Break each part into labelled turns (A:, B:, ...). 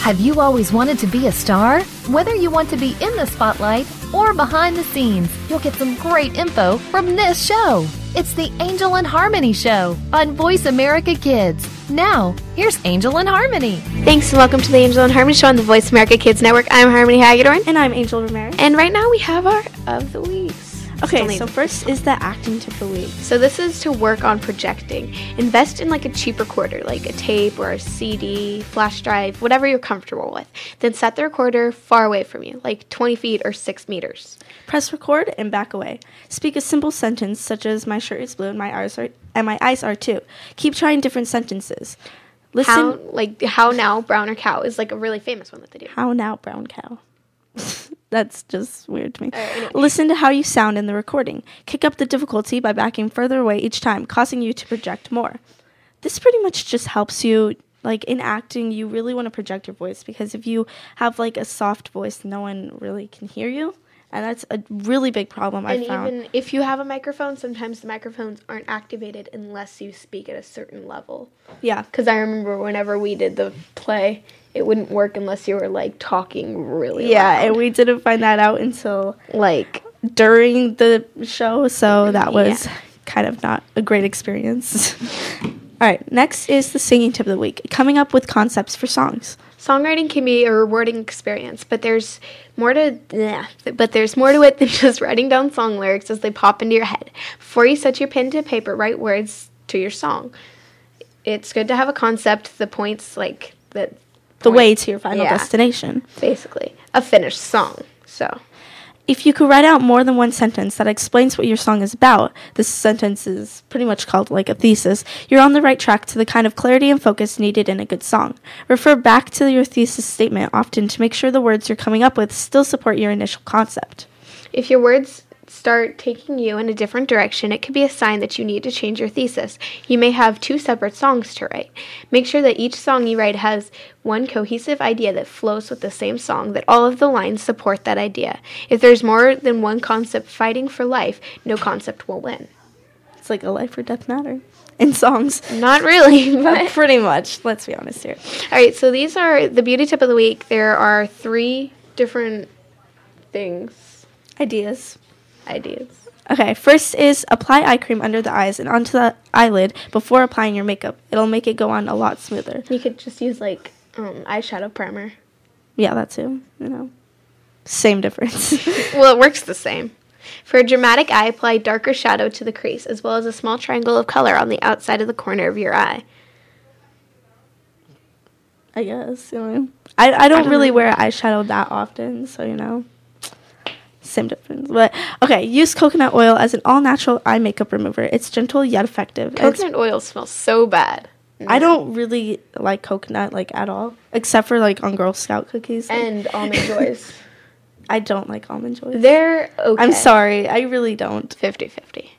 A: Have you always wanted to be a star? Whether you want to be in the spotlight or behind the scenes, you'll get some great info from this show. It's the Angel and Harmony Show on Voice America Kids. Now, here's Angel and Harmony.
B: Thanks and welcome to the Angel and Harmony Show on the Voice America Kids Network. I'm Harmony Hagedorn.
C: And I'm Angel Ramirez.
B: And right now we have our of the weeks.
C: Okay,
B: Only-
C: so first is the acting tip of the week.
B: So this is to work on projecting. Invest in like a cheap recorder, like a tape or a CD, flash drive, whatever you're comfortable with. Then set the recorder far away from you, like 20 feet or 6 meters.
C: Press record and back away. Speak a simple sentence such as "My shirt is blue and my eyes are and my eyes are too." Keep trying different sentences. Listen.
B: How like how now brown or cow is like a really famous one that they do.
C: How now, brown cow? That's just weird to me.
B: Alright, anyway.
C: Listen to how you sound in the recording. Kick up the difficulty by backing further away each time, causing you to project more. This pretty much just helps you. Like in acting, you really want to project your voice because if you have like a soft voice, no one really can hear you, and that's a really big problem I
B: and
C: found.
B: even if you have a microphone, sometimes the microphones aren't activated unless you speak at a certain level.
C: yeah,
B: Because I remember whenever we did the play, it wouldn't work unless you were like talking really
C: yeah,
B: loud.
C: and we didn't find that out until
B: like
C: during the show, so that was
B: Yeah.
C: kind of not a great experience. All right, next is the singing tip of the week coming up with concepts for songs.
B: songwriting can be a rewarding experience, but there's more to yeah, but there's more to it than just writing down song lyrics as they pop into your head. Before you set your pen to paper, write words to your song. It's good to have a concept, the points like that
C: The
B: point-
C: way to your final
B: Yeah.
C: destination.
B: basically a finished song. So
C: If you could write out more than one sentence that explains what your song is about, this sentence is pretty much called like a thesis, you're on the right track to the kind of clarity and focus needed in a good song. Refer back to your thesis statement often to make sure the words you're coming up with still support your initial concept.
B: If your words start taking you in a different direction, it could be a sign that you need to change your thesis. You may have two separate songs to write. Make sure that each song you write has one cohesive idea that flows with the same song, that all of the lines support that idea. If there's more than one concept fighting for life, no concept will win.
C: It's like a life or death matter in songs.
B: Not really, but.
C: Pretty much. Let's be honest here.
B: All right, so these are the beauty tip of the week. There are three different things,
C: Ideas.
B: ideas.
C: Okay, first is apply eye cream under the eyes and onto the eyelid before applying your makeup. It'll make it go on a lot smoother.
B: You could just use like um, eyeshadow primer.
C: Yeah, that too. You know, same difference.
B: Well, it works the same. For a dramatic eye, apply darker shadow to the crease, as well as a small triangle of color on the outside of the corner of your eye.
C: I guess. You know, I I don't
B: don't
C: really
B: know.
C: wear eyeshadow that often, so you know, same difference. But okay, use coconut oil as an all natural eye makeup remover. It's gentle yet effective. It's-
B: Coconut oil smells so bad.
C: I don't really like coconut like at all, except for like on Girl Scout cookies. Like,
B: And almond joys.
C: I don't like almond joy.
B: They're okay.
C: I'm sorry, I really don't.
B: 50 50.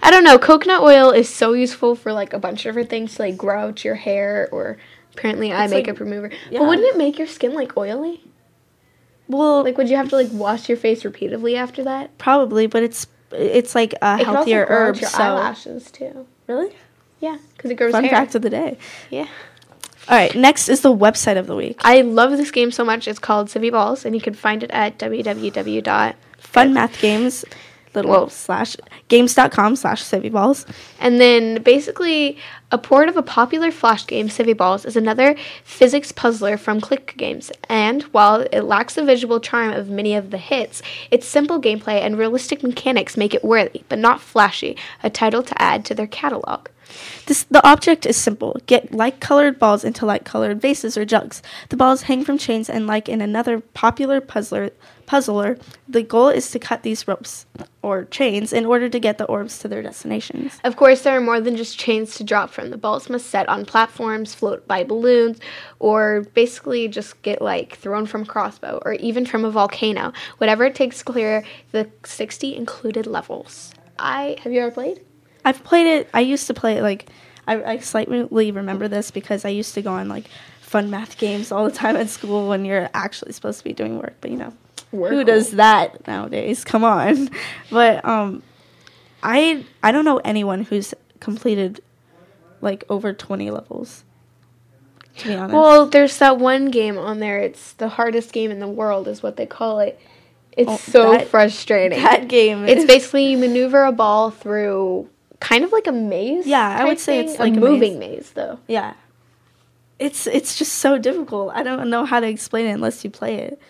B: I don't know. Coconut oil is so useful for like a bunch of different things, to, like grow out your hair or apparently eye
C: It's, like,
B: makeup remover.
C: yeah.
B: But wouldn't it make your skin like oily?
C: Well,
B: Like, would you have to like wash your face repeatedly after that?
C: probably, but it's it's like
B: It
C: a
B: could also
C: healthier
B: grow out
C: herb.
B: your
C: so
B: eyelashes too.
C: really,
B: Yeah, because it grows
C: fun
B: hair.
C: fact of the day.
B: yeah.
C: All right, next is the website of the week,
B: I love this game so much. It's called Civvy Balls, and you can find it at www. dot
C: Fun Math Games, little
B: Whoa.
C: slash games.com slash savvy balls.
B: And then basically, a port of a popular flash game, Civvy Balls, is another physics puzzler from Click Games. And while it lacks the visual charm of many of the hits, its simple gameplay and realistic mechanics make it worthy, but not flashy, a title to add to their catalog.
C: This, the object is simple. Get light colored balls into light colored vases or jugs. The balls hang from chains, and like in another popular puzzler, puzzler, the goal is to cut these ropes or chains in order to get the orbs to their destinations.
B: Of course, there are more than just chains to drop from. The balls must set on platforms, float by balloons, or basically just get like thrown from a crossbow or even from a volcano. Whatever it takes to clear the 60 included levels. I have you ever played?
C: I've played it. I used to play it like I, I slightly remember this because I used to go on like fun math games all the time at school when you're actually supposed to be doing work. But you know,
B: Work
C: who does that nowadays? Come on. But um, I I don't know anyone who's completed like over twenty levels. to be honest.
B: Well, there's that one game on there. It's the hardest game in the world, is what they call it. It's
C: Oh,
B: so
C: that-
B: frustrating.
C: that game
B: it's
C: is-
B: basically you maneuver a ball through kind of like a maze.
C: Yeah, I
B: type
C: would say
B: thing.
C: it's like
B: a
C: a
B: moving maze. though.
C: yeah. It's it's just so difficult. I don't know how to explain it unless you play it.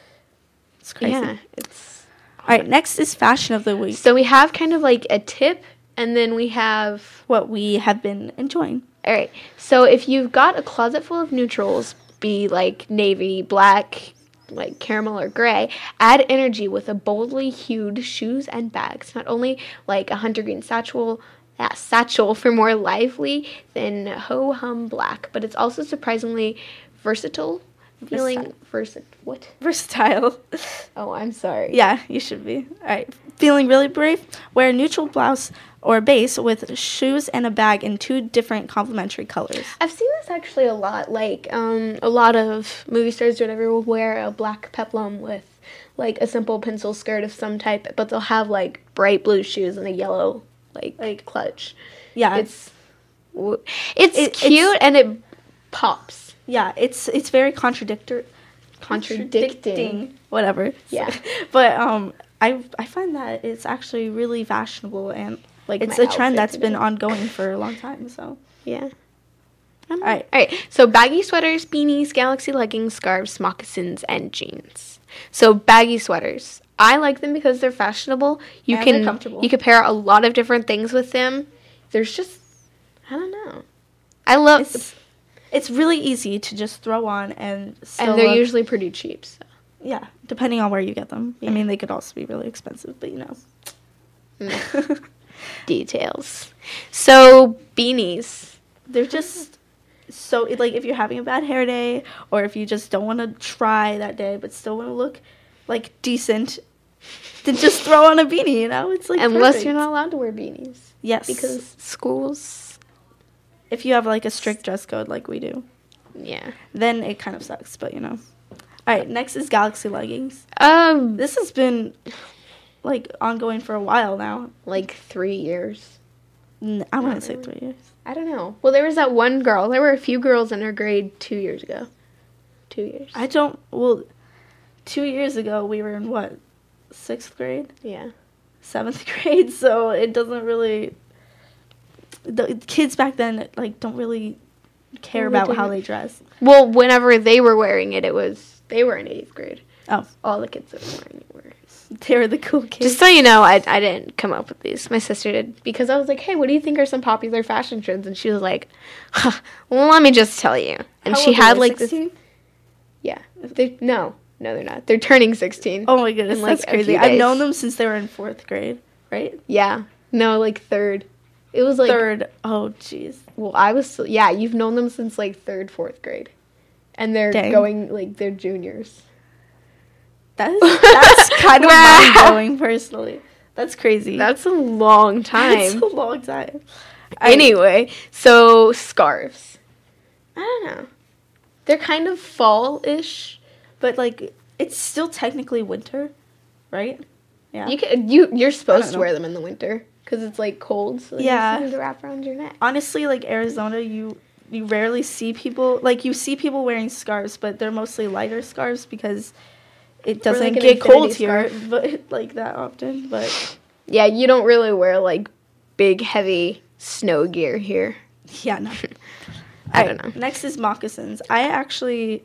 C: It's crazy.
B: Yeah, it's
C: All right, next is fashion of the week.
B: so we have kind of like a tip, and then we have
C: what we have been enjoying.
B: All right. So if you've got a closet full of neutrals, be like navy, black, like caramel or gray, add energy with a boldly hued shoes and bags. Not only like a hunter green satchel, uh, satchel for more lively than ho hum black, but it's also surprisingly versatile. Feeling versatile. What?
C: Versatile.
B: Oh, I'm sorry.
C: yeah, you should be. All right. Feeling really brave? Wear a neutral blouse or base with shoes and a bag in two different complementary colors.
B: I've seen this actually a lot. Like, um, a lot of movie stars or whatever will wear a black peplum with like a simple pencil skirt of some type, but they'll have like bright blue shoes and a yellow like, clutch.
C: Yeah.
B: It's w- it's
C: It- it's-
B: cute and it pops.
C: yeah, it's it's very contradictory.
B: Contradicting.
C: whatever.
B: Yeah.
C: but um I I find that it's actually really fashionable and
B: Like
C: like it's
B: my
C: a
B: outfit
C: trend that's been
B: today.
C: ongoing for a long time, so
B: Yeah. All
C: right.
B: All right. So baggy sweaters, beanies, galaxy leggings, scarves, moccasins, and jeans. So baggy sweaters. I like them because they're fashionable. You
C: And
B: can
C: they're comfortable.
B: you can pair a lot of different things with them. There's just I don't know. I love
C: it's it's really easy to just throw on and still
B: and they're
C: look-
B: usually pretty cheap. So.
C: yeah, depending on where you get them. I mean, they could also be really expensive, but you know.
B: Details. So beanies.
C: They're just so it- like if you're having a bad hair day or if you just don't want to try that day but still want to look like decent, then just throw on a beanie, you know? It's like
B: Unless you're
C: perfect.
B: not allowed to wear beanies
C: Yes. Because
B: because schools.
C: if you have like a strict dress code like we do,
B: Yeah.
C: then it kind of sucks, but you know. All right, next is galaxy leggings.
B: Um,
C: This has been like ongoing for a while now.
B: like three years.
C: N- I wouldn't say
B: really.
C: 3 years.
B: I don't know. Well, there was that one girl. There were a few girls in her grade two years ago. Two years.
C: I don't. Well, two years ago we were in what sixth grade,
B: yeah.
C: seventh grade, so it doesn't really. The kids back then like don't really care
B: Well, they
C: about how
B: didn't.
C: they dress.
B: Well, whenever they were wearing it, it was they were in eighth grade.
C: Oh,
B: All the kids that were wearing it were.
C: they were the cool kids.
B: Just so you know, I I didn't come up with these. My sister did because I was like, "Hey, what do you think are some popular fashion trends?" And she was like, huh, "Let me just tell you." And
C: How
B: she
C: old were
B: had
C: they,
B: like this.
C: 16?
B: Yeah. They no no they're not. They're turning sixteen.
C: Oh my goodness,
B: in, like,
C: that's
B: a few
C: crazy. I've
B: days.
C: known them since they were in fourth grade, right?
B: Yeah. No, like third. It was like
C: Third. Oh, jeez.
B: Well, I was still, yeah, you've known them since like third, fourth grade. And they're
C: Dang.
B: going like they're juniors.
C: That's that's kind of mind blowing, personally. That's crazy.
B: That's a long
C: That's
B: time.
C: a long time. I-
B: anyway, so scarves. I don't know. They're kind of fall ish.
C: But like, it's still technically winter, right? Yeah.
B: You can you you're supposed to
C: know.
B: wear them in the winter because it's like cold, so like,
C: Yeah.
B: yeah, to wrap around your neck.
C: Honestly, like Arizona, you you rarely see people like you see people wearing scarves, but they're mostly lighter scarves because it
B: Or,
C: doesn't
B: like, an
C: get cold
B: infinity
C: here, but like that often. But
B: Yeah, you don't really wear like big heavy snow gear here.
C: yeah, no.
B: I don't know.
C: Next is moccasins. I actually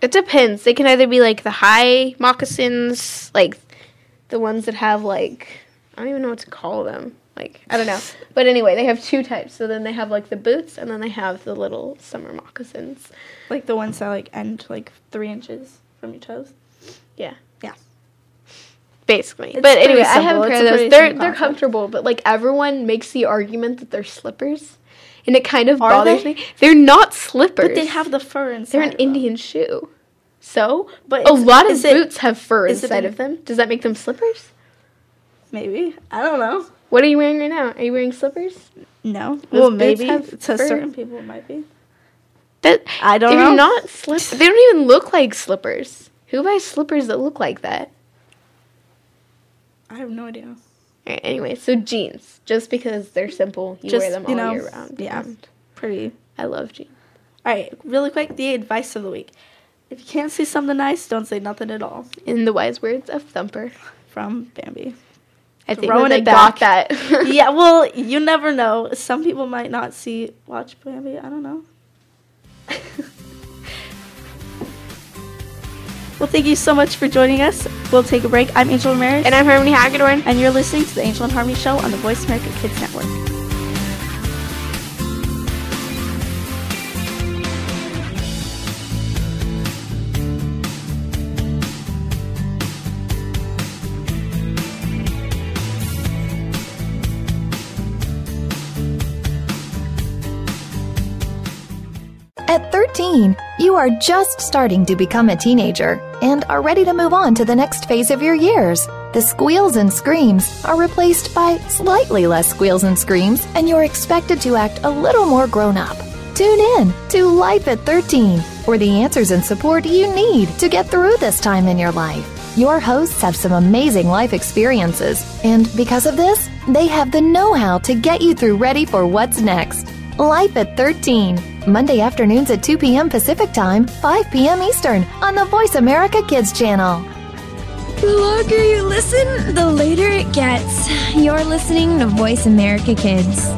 B: It depends. They can either be like the high moccasins, like the ones that have like I don't even know what to call them. Like I don't know. But anyway, they have two types. So then they have like the boots and then they have the little summer moccasins.
C: like the ones that like end like three inches from your toes.
B: Yeah.
C: Yeah.
B: Basically.
C: It's
B: but
C: pretty
B: anyway, I have
C: simple.
B: a pair
C: It's
B: of
C: a pretty
B: those. They're
C: simple
B: they're
C: concept.
B: comfortable, but like everyone makes the argument that they're slippers. And it kind of
C: Are
B: bothers
C: they?
B: me. They're not slippers.
C: But they have the fur inside.
B: they're an
C: of them.
B: Indian shoe. So,
C: But
B: a
C: it's-
B: lot of
C: is it-
B: boots have fur
C: is it
B: inside
C: an-
B: of them. Does that make them slippers?
C: Maybe I don't know.
B: What are you wearing right now? Are you wearing slippers?
C: No.
B: Well,
C: Well,
B: boots
C: maybe
B: have
C: to
B: fur.
C: certain people it might be.
B: That
C: I don't
B: they're
C: know.
B: not slippers. They don't even look like slippers. Who buys slippers that look like that?
C: I have no idea.
B: Alright, anyway, so jeans. Just because they're simple, you wear them all year round. Mm-hmm.
C: Yeah, pretty.
B: I love jeans.
C: All right, really quick, the advice of the week. If you can't say something nice, don't say nothing at all.
B: In the wise words of Thumper.
C: From Bambi.
B: I think
C: Throwing
B: they
C: it
B: got that.
C: yeah, well, you never know. Some people might not see watch Bambi. I don't know. well, thank you so much for joining us. We'll take a break. I'm Angel Ramirez,
B: And I'm Harmony Hagedorn.
C: and you're listening to the Angel and Harmony Show on the Voice America Kids Network.
A: At 13, you are just starting to become a teenager and are ready to move on to the next phase of your years. The squeals and screams are replaced by slightly less squeals and screams, and you're expected to act a little more grown up. Tune in to Life at 13 for the answers and support you need to get through this time in your life. Your hosts have some amazing life experiences, and because of this, they have the know how to get you through ready for what's next. Life at 13. Monday afternoons at 2 p.m. Pacific Time, 5 p.m. Eastern on the Voice America Kids channel.
D: The longer you listen, the later it gets. You're listening to Voice America Kids.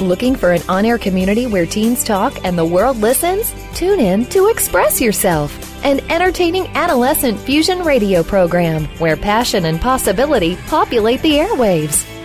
A: Looking for an on air community where teens talk and the world listens? Tune in to Express Yourself, an entertaining adolescent fusion radio program where passion and possibility populate the airwaves.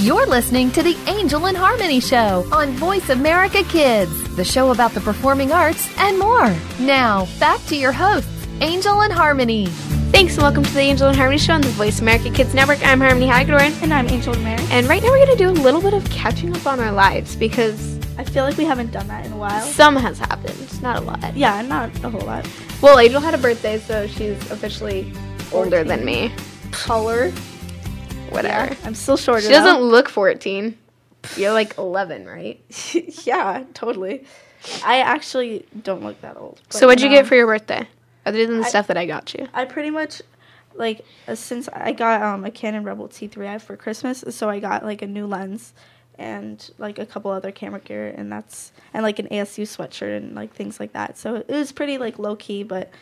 A: You're listening to the Angel and Harmony Show on Voice America Kids, the show about the performing arts and more. Now, back to your hosts, Angel and Harmony.
B: Thanks and welcome to the Angel and Harmony Show on the Voice America Kids Network. I'm Harmony Hagedorn.
C: And I'm Angel Ramirez.
B: And right now we're going to do a little bit of catching up on our lives because
C: I feel like we haven't done that in a while.
B: some has happened, not a lot.
C: Yeah, not a whole lot.
B: Well, Angel had a birthday, so she's officially older than me.
C: Color.
B: Whatever.
C: I'm still shorter.
B: She doesn't look 14. You're like 11, right?
C: doesn't. yeah, totally. I actually don't look that old. but
B: so what'd you
C: no.
B: get for your birthday? Other than the
C: I-
B: stuff that I got you.
C: I pretty much like uh, since I got um, a Canon Rebel T3i for Christmas, so I got like a new lens and like a couple other camera gear, and that's and like an ASU sweatshirt and like things like that. So it was pretty like low key, but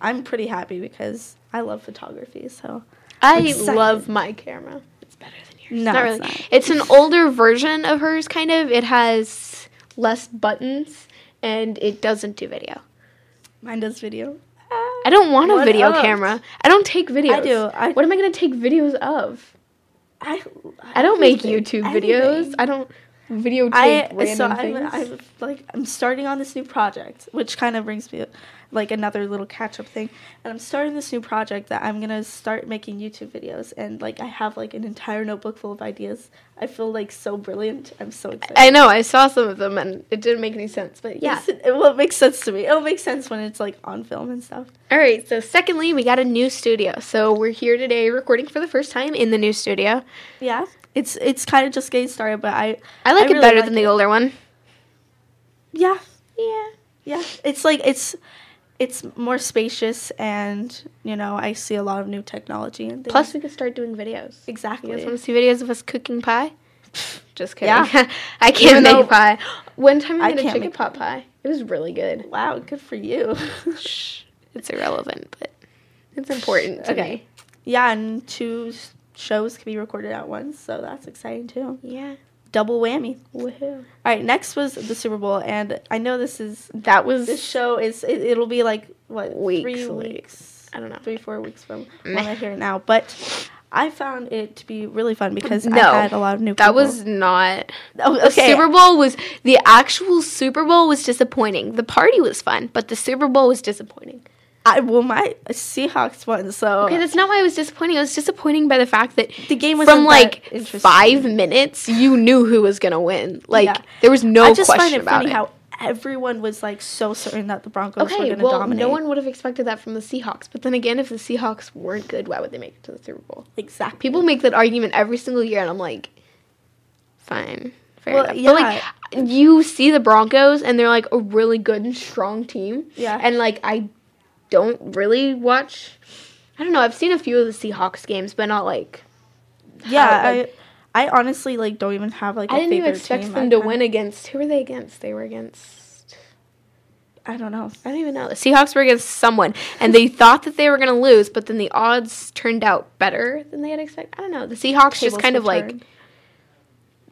C: I'm pretty happy because I love photography. So
B: I
C: Excited.
B: love my camera. It's better than yours.
C: No,
B: not
C: it's
B: really.
C: not.
B: It's an older version of hers, kind of. It has less buttons and it doesn't do video.
C: mine does video.
B: I don't want a
C: What
B: video
C: of?
B: camera. I don't take videos.
C: I do. I-
B: what am I going to take videos of?
C: I
B: I don't make
C: anything-
B: YouTube
C: anything.
B: videos. I don't videotape
C: I
B: random
C: so
B: things.
C: I'm, I'm like I'm starting on this new project, which kind of brings me like another little catch up thing. And I'm starting this new project that I'm gonna start making YouTube videos, and like I have like an entire notebook full of ideas. I feel like so brilliant. I'm so excited.
B: I know. I saw some of them and it didn't make any sense, but yeah.
C: Yes, it, it will make sense to me. It'll make sense when it's like on film and stuff.
B: All right. So, secondly, we got a new studio. So we're here today, recording for the first time in the new studio.
C: Yeah, it's it's kind of just getting started, but I
B: I like it
C: really
B: better
C: like
B: than the older one.
C: yeah
B: Yeah.
C: yeah. It's like it's it's more spacious, and you know I see a lot of new technology and things.
B: Plus, we could start doing videos.
C: exactly.
B: You guys want to see videos of us cooking pie? Just kidding.
C: Yeah.
B: I can't
C: Even though-
B: make pie. One time
C: I
B: I made a
C: can't
B: chicken
C: make
B: pot pie. It was really good.
C: Wow, good for you.
B: Shh. It's irrelevant, but it's important to
C: Okay.
B: me.
C: yeah, and two s- shows can be recorded at once, so that's exciting too.
B: Yeah.
C: Double whammy.
B: Woohoo.
C: All right, next was the Super Bowl, and I know this is
B: That was
C: this show is it, it'll be like what
B: Weeks
C: three
B: late.
C: weeks
B: I don't know.
C: three four weeks from when I hear it now, but. I found it to be really fun because
B: No.
C: I had a lot of new.
B: That
C: people.
B: was not.
C: Oh, okay.
B: The Super Bowl was the actual Super Bowl was disappointing. The party was fun, but the Super Bowl was disappointing.
C: I, well, my Seahawks won, so
B: Okay, that's not why I was disappointing. I was disappointing by the fact that
C: The game wasn't
B: from
C: that
B: like
C: interesting.
B: five minutes, you knew who was gonna win. Like
C: Yeah.
B: there was no
C: I just
B: question
C: find it
B: about
C: funny
B: it.
C: how everyone was like so certain that the Broncos were
B: Okay,
C: going to
B: well,
C: dominate.
B: no one would have expected that from the Seahawks. But then again, if the Seahawks weren't good, why would they make it to the Super Bowl?
C: exactly.
B: People make that argument every single year, and I'm like, fine, fair
C: Well,
B: enough. But like, you see the Broncos, and they're like a really good and strong team.
C: Yeah.
B: And like, I don't really watch. I don't know. I've seen a few of the Seahawks games, but not like
C: yeah,
B: how, like-
C: I I honestly like don't even have like. I
B: I didn't even expect
C: team.
B: them
C: I
B: to
C: kinda-
B: win against. Who were they against? They were against.
C: I don't know.
B: I don't even know. The Seahawks were against someone, and they thought that they were going to lose, but then the odds turned out better than they had expected. I don't know. The Seahawks just
C: Tables
B: kind
C: were
B: of like
C: turned.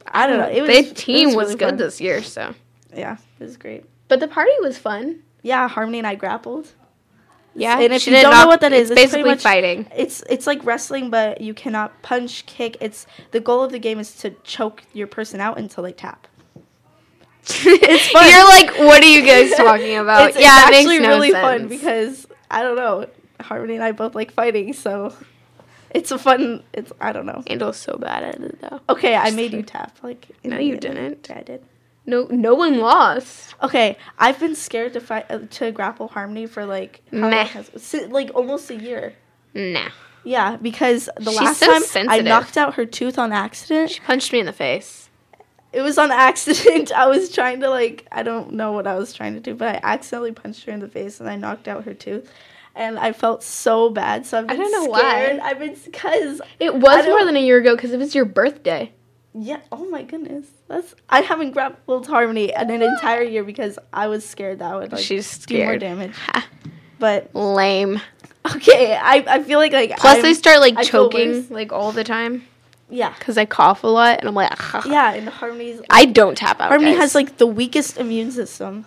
C: I don't know. It was
B: the
C: it
B: team was,
C: really
B: good
C: fun.
B: this year, so.
C: yeah, it was great.
B: But the party was fun.
C: Yeah, Harmony and I grappled.
B: Yeah,
C: and if
B: she
C: you
B: did
C: don't
B: not-
C: know what that is,
B: it's
C: it's pretty
B: basically
C: much-
B: fighting.
C: It's it's like wrestling, but you cannot punch, kick. It's the goal of the game is to choke your person out until they tap. fun.
B: You're like, what are you guys talking about?
C: it's,
B: yeah,
C: it's
B: it
C: actually
B: makes no
C: really
B: sense.
C: fun because I don't know. Harmony and I both like fighting, so it's a fun. It's I don't know.
B: Randall's so bad at it though.
C: Okay, I made you tap. Like
B: No, you
C: immediately.
B: didn't.
C: Yeah, I did.
B: No, no one lost.
C: Okay, I've been scared to fight uh, to grapple Harmony for like how long
B: Meh.
C: has- si- like almost a year.
B: Nah,
C: Yeah, because the
B: She's
C: last
B: so
C: time
B: sensitive.
C: I knocked out her tooth on accident.
B: she punched me in the face.
C: It was on accident. I was trying to like I don't know what I was trying to do, but I accidentally punched her in the face and I knocked out her tooth. And I felt so bad, so I've
B: I
C: been
B: don't know why.
C: scared. I've been because
B: It was
C: don't-
B: more than a year ago because it was your birthday.
C: yeah. Oh my goodness, that's I haven't grappled harmony in an entire year because I was scared that I would like
B: She's
C: do more
B: scared.
C: damage.
B: Ha.
C: But
B: Lame.
C: okay, I, I feel like like
B: Plus,
C: I'm-
B: I start like
C: I feel
B: choking
C: worse.
B: like all the time
C: yeah
B: because I cough a lot, and I'm like, "Ah."
C: yeah, and harmony's
B: I don't tap out.
C: Harmony
B: guys.
C: has like the weakest immune system.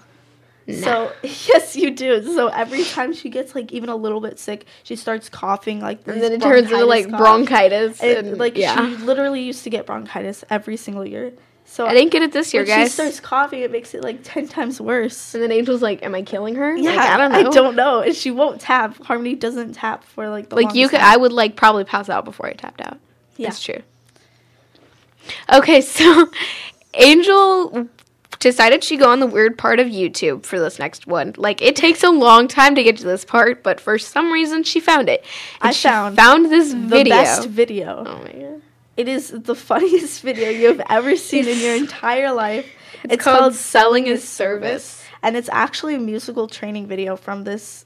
C: So yes, you do. So every time she gets like even a little bit sick, she starts coughing like.
B: and then it turns into like bronchitis, and,
C: And, like
B: yeah.
C: she literally used to get bronchitis every single year. So
B: I didn't get it this year,
C: when she
B: guys.
C: starts coughing, it makes it like ten times worse.
B: and then Angel's like, "Am I killing her?"
C: Yeah,
B: like, I don't know.
C: I don't know. And she won't tap. Harmony doesn't tap for like the
B: like you
C: longest
B: could.
C: time.
B: I would like probably pass out before I tapped out.
C: Yeah.
B: That's true. Okay, so Angel decided she'd go on the weird part of YouTube for this next one. Like it takes a long time to get to this part, but for some reason she found it. And
C: I
B: she
C: found
B: found this
C: the
B: video.
C: best video.
B: Oh my god.
C: It is the funniest video you have ever seen in your entire life. It's,
B: called
C: called,
B: Selling
C: Selling
B: a
C: is Service.
B: Service.
C: And it's actually a musical training video from this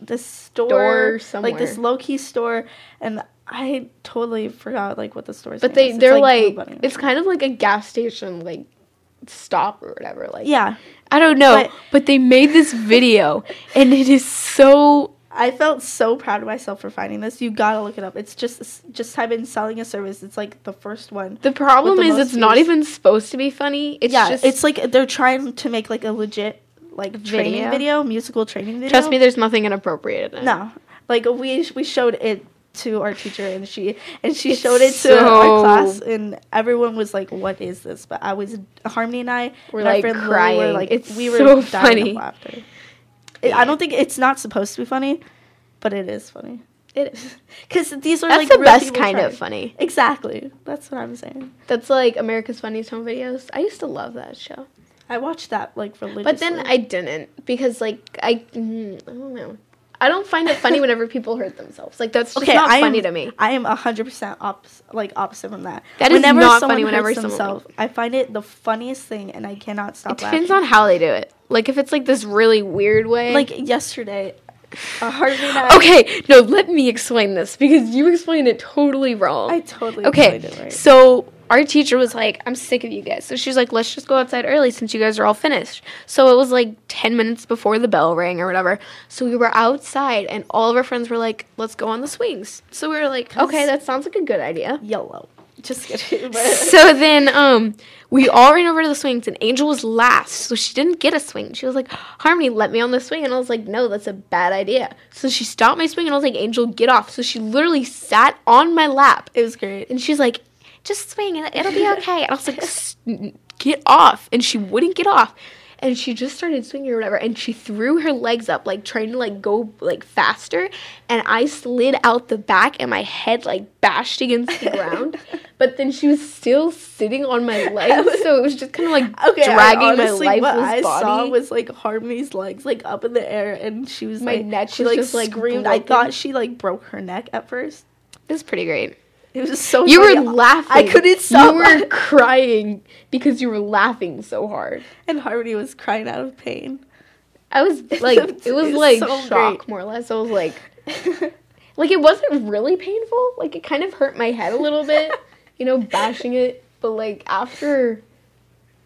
C: this
B: Store
C: store, like this
B: somewhere.
C: low key store and I totally forgot like what the store's
B: But
C: name
B: they
C: is. It's
B: they're
C: Blue
B: like,
C: Bunny.
B: it's kind of like a gas station like stop or whatever. Like
C: yeah.
B: I don't know, but,
C: But-
B: they made this video and it is so
C: I felt so proud of myself for finding this. You gotta look it up. It's just just type in selling a service. It's like the first one.
B: the problem
C: With the
B: is
C: most
B: it's not
C: views.
B: even supposed to be funny. It's
C: yeah,
B: just
C: it's like they're trying to make like a legit like
B: Video.
C: training video, musical training video.
B: trust me, there's nothing inappropriate in it.
C: No, like we we showed it to our teacher, and she and she
B: It's
C: showed it to
B: so-
C: our class, and everyone was like, "What is this?" But I was Harmony and I
B: We're,
C: and our
B: like,
C: friend Lily
B: crying. It's
C: we were
B: so
C: dying
B: funny.
C: of laughter. It- I don't think it's not supposed to be funny, but it is funny
B: It is.
C: because these are
B: That's
C: like
B: the
C: real
B: best
C: people
B: kind
C: trying.
B: of funny.
C: Exactly, that's what I'm saying.
B: That's like America's Funniest Home Videos. I used to love that show.
C: I watched that like religiously,
B: But then I didn't because like I mm, I don't know. I don't find it funny whenever people hurt themselves. Like that's just not
C: I
B: funny
C: am,
B: to me.
C: I am hundred percent ops like opposite from that.
B: That is not
C: someone
B: funny whenever
C: hurts
B: someone-
C: themselves, I find it the funniest thing, and I cannot stop.
B: It depends
C: laughing.
B: on how they do it. Like if it's like this really weird way.
C: like yesterday. A Harvey and I,
B: okay, no, let me explain this because you explained it totally wrong.
C: I totally
B: okay,
C: explained it right.
B: so our teacher was like, "I'm sick of you guys," so she's like, "Let's just go outside early since you guys are all finished." So it was like ten minutes before the bell rang or whatever. So we were outside, and all of our friends were like, "Let's go on the swings." So we were like, "Okay, that sounds like a good idea."
C: yellow. Just kidding. But
B: so then um we all ran over to the swings and angel was last so she didn't get a swing she was like harmony let me on the swing and i was like no that's a bad idea so she stopped my swing and i was like angel get off so she literally sat on my lap
C: it was great.
B: and she's like just swing it- it'll be okay and i was like "S- get off and she wouldn't get off and she just started swinging or whatever and she threw her legs up like trying to like go like faster and i slid out the back and my head like bashed against the ground but then she was still sitting on my legs so it was just kind of like
C: Okay,
B: dragging
C: I honestly,
B: my lifeless
C: what I
B: body
C: saw was like Harmony's legs like up in the air, and she was
B: My
C: like,
B: neck
C: she
B: was
C: like
B: just, like,
C: screamed. I
B: broken.
C: thought she like broke her neck at first.
B: that's pretty great
C: It was so.
B: you were
C: funny.
B: laughing
C: Oh I couldn't stop.
B: you were crying because you were laughing so hard
C: and Harmony was crying out of pain.
B: I was like,
C: It's-
B: it was
C: it's
B: like
C: so
B: shock
C: great.
B: more or less. I was like, like it wasn't really painful. Like it kind of hurt my head a little bit, you know, bashing it. But like after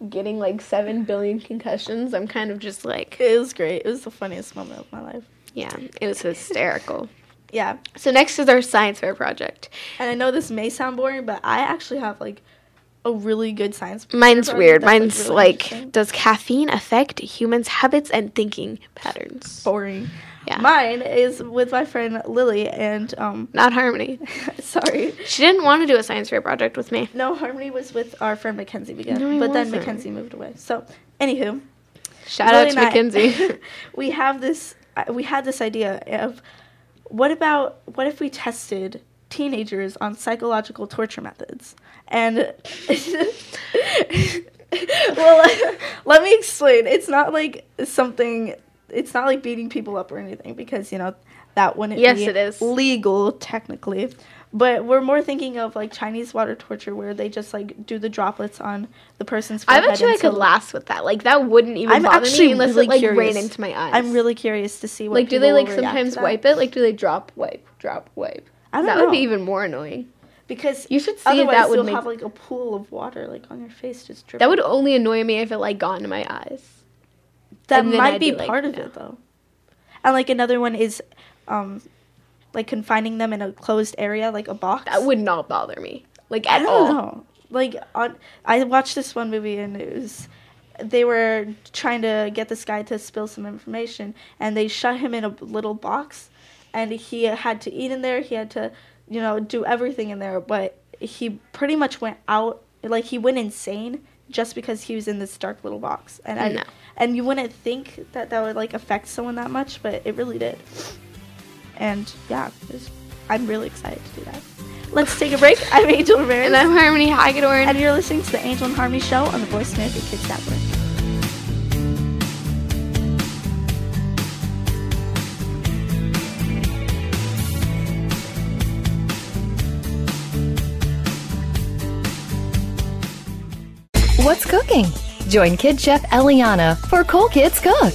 B: getting like seven billion concussions, I'm kind of just like,
C: It was great. It was the funniest moment of my life.
B: yeah, it was hysterical.
C: Yeah,
B: so next is our science fair project.
C: and I know this may sound boring, but I actually have like a really good science.
B: Mine's weird.
C: project that's, like,
B: Mine's
C: really
B: like,
C: interesting.
B: does caffeine affect humans' habits and thinking patterns?
C: boring.
B: Yeah.
C: Mine is with my friend Lily, and um,
B: Not Harmony.
C: sorry.
B: She didn't want to do a science fair project with me.
C: No, Harmony was with our friend Mackenzie again,
B: No, he
C: but then
B: wasn't.
C: Mackenzie moved away. So, anywho,
B: Shout
C: Lily
B: out to
C: and I-
B: Mackenzie.
C: we have this. I- We had this idea of what about what if we tested teenagers on psychological torture methods? And well, let me explain. It's not like something. It's not like beating people up or anything because you know that wouldn't
B: Yes,
C: be
B: it is.
C: legal technically. But we're more thinking of like Chinese water torture where they just like do the droplets on the person's
B: I
C: forehead.
B: bet you I
C: until-
B: could last with that. Like that wouldn't even
C: I'm
B: bother
C: actually
B: me unless
C: really
B: it like
C: curious.
B: ran into my eyes.
C: I'm really curious to see what
B: like do
C: people
B: they like
C: will react
B: sometimes
C: to that.
B: wipe it? Like do they drop wipe drop wipe?
C: I don't
B: that
C: know.
B: would be even more annoying.
C: because
B: You should see
C: otherwise
B: that would
C: you'll
B: make
C: have like a pool of water like on your face just dripping.
B: that would only annoy me if it like got into my eyes.
C: that
B: and then
C: might
B: I'd
C: be
B: be like,
C: part of
B: no.
C: it though. And like another one is, um, like confining them in a closed area like a box.
B: That would not bother me. Like
C: I
B: at
C: don't
B: all.
C: know. Like on, I watched this one movie and it was, they were trying to get this guy to spill some information and they shut him in a little box, and he had to eat in there. He had to, you know, do everything in there. But he pretty much went out like he went insane just because he was in this dark little box. And I,
B: No.
C: and you wouldn't think that that would like affect someone that much, but it really did. And yeah, it was- I'm really excited to do that. Let's take a break. I'm Angel Ramirez.
B: And I'm Harmony Hagedorn.
C: And you're listening to the Angel and Harmony Show on the Voice America Kids Network.
A: What's cooking? Join Kid Chef Eliana for Cool Kids Cook.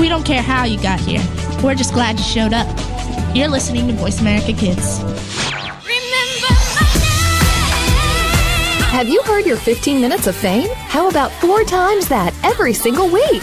E: We don't care how you got here. We're just glad you showed up. You're listening to Voice America Kids.
A: Have you heard your 15 minutes of fame? How about four times that every single week?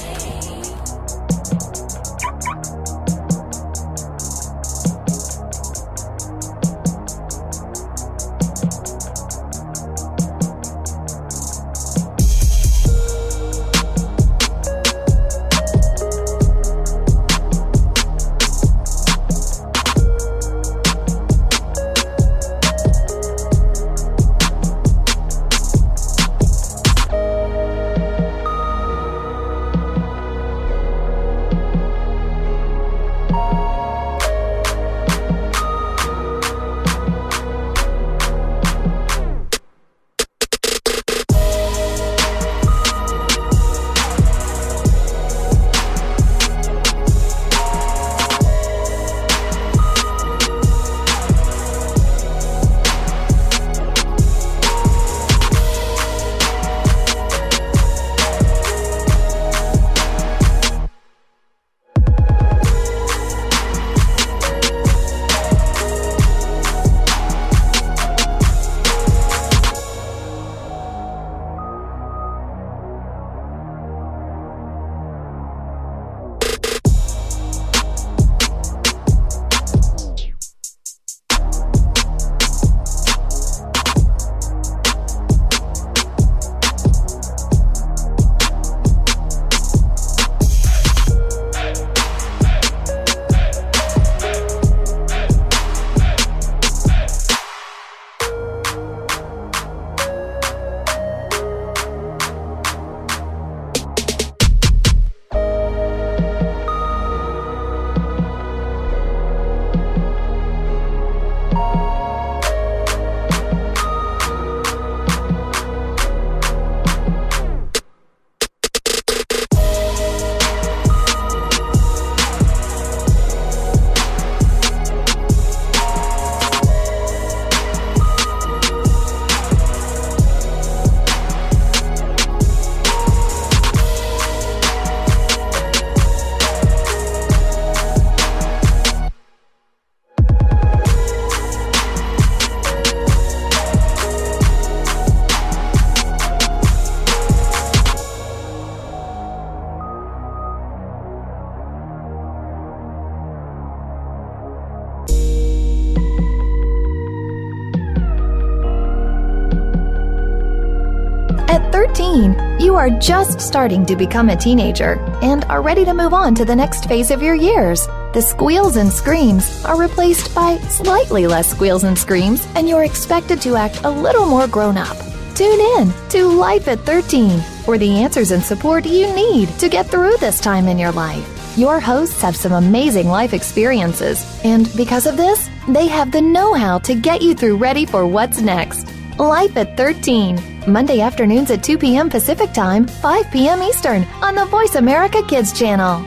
A: 18, you are just starting to become a teenager and are ready to move on to the next phase of your years. The squeals and screams are replaced by slightly less squeals and screams, and you're expected to act a little more grown up. Tune in to Life at 13 for the answers and support you need to get through this time in your life. Your hosts have some amazing life experiences, and because of this, they have the know how to get you through ready for what's next. Life at 13. Monday afternoons at 2 p.m. Pacific Time, 5 p.m. Eastern on the Voice America Kids channel.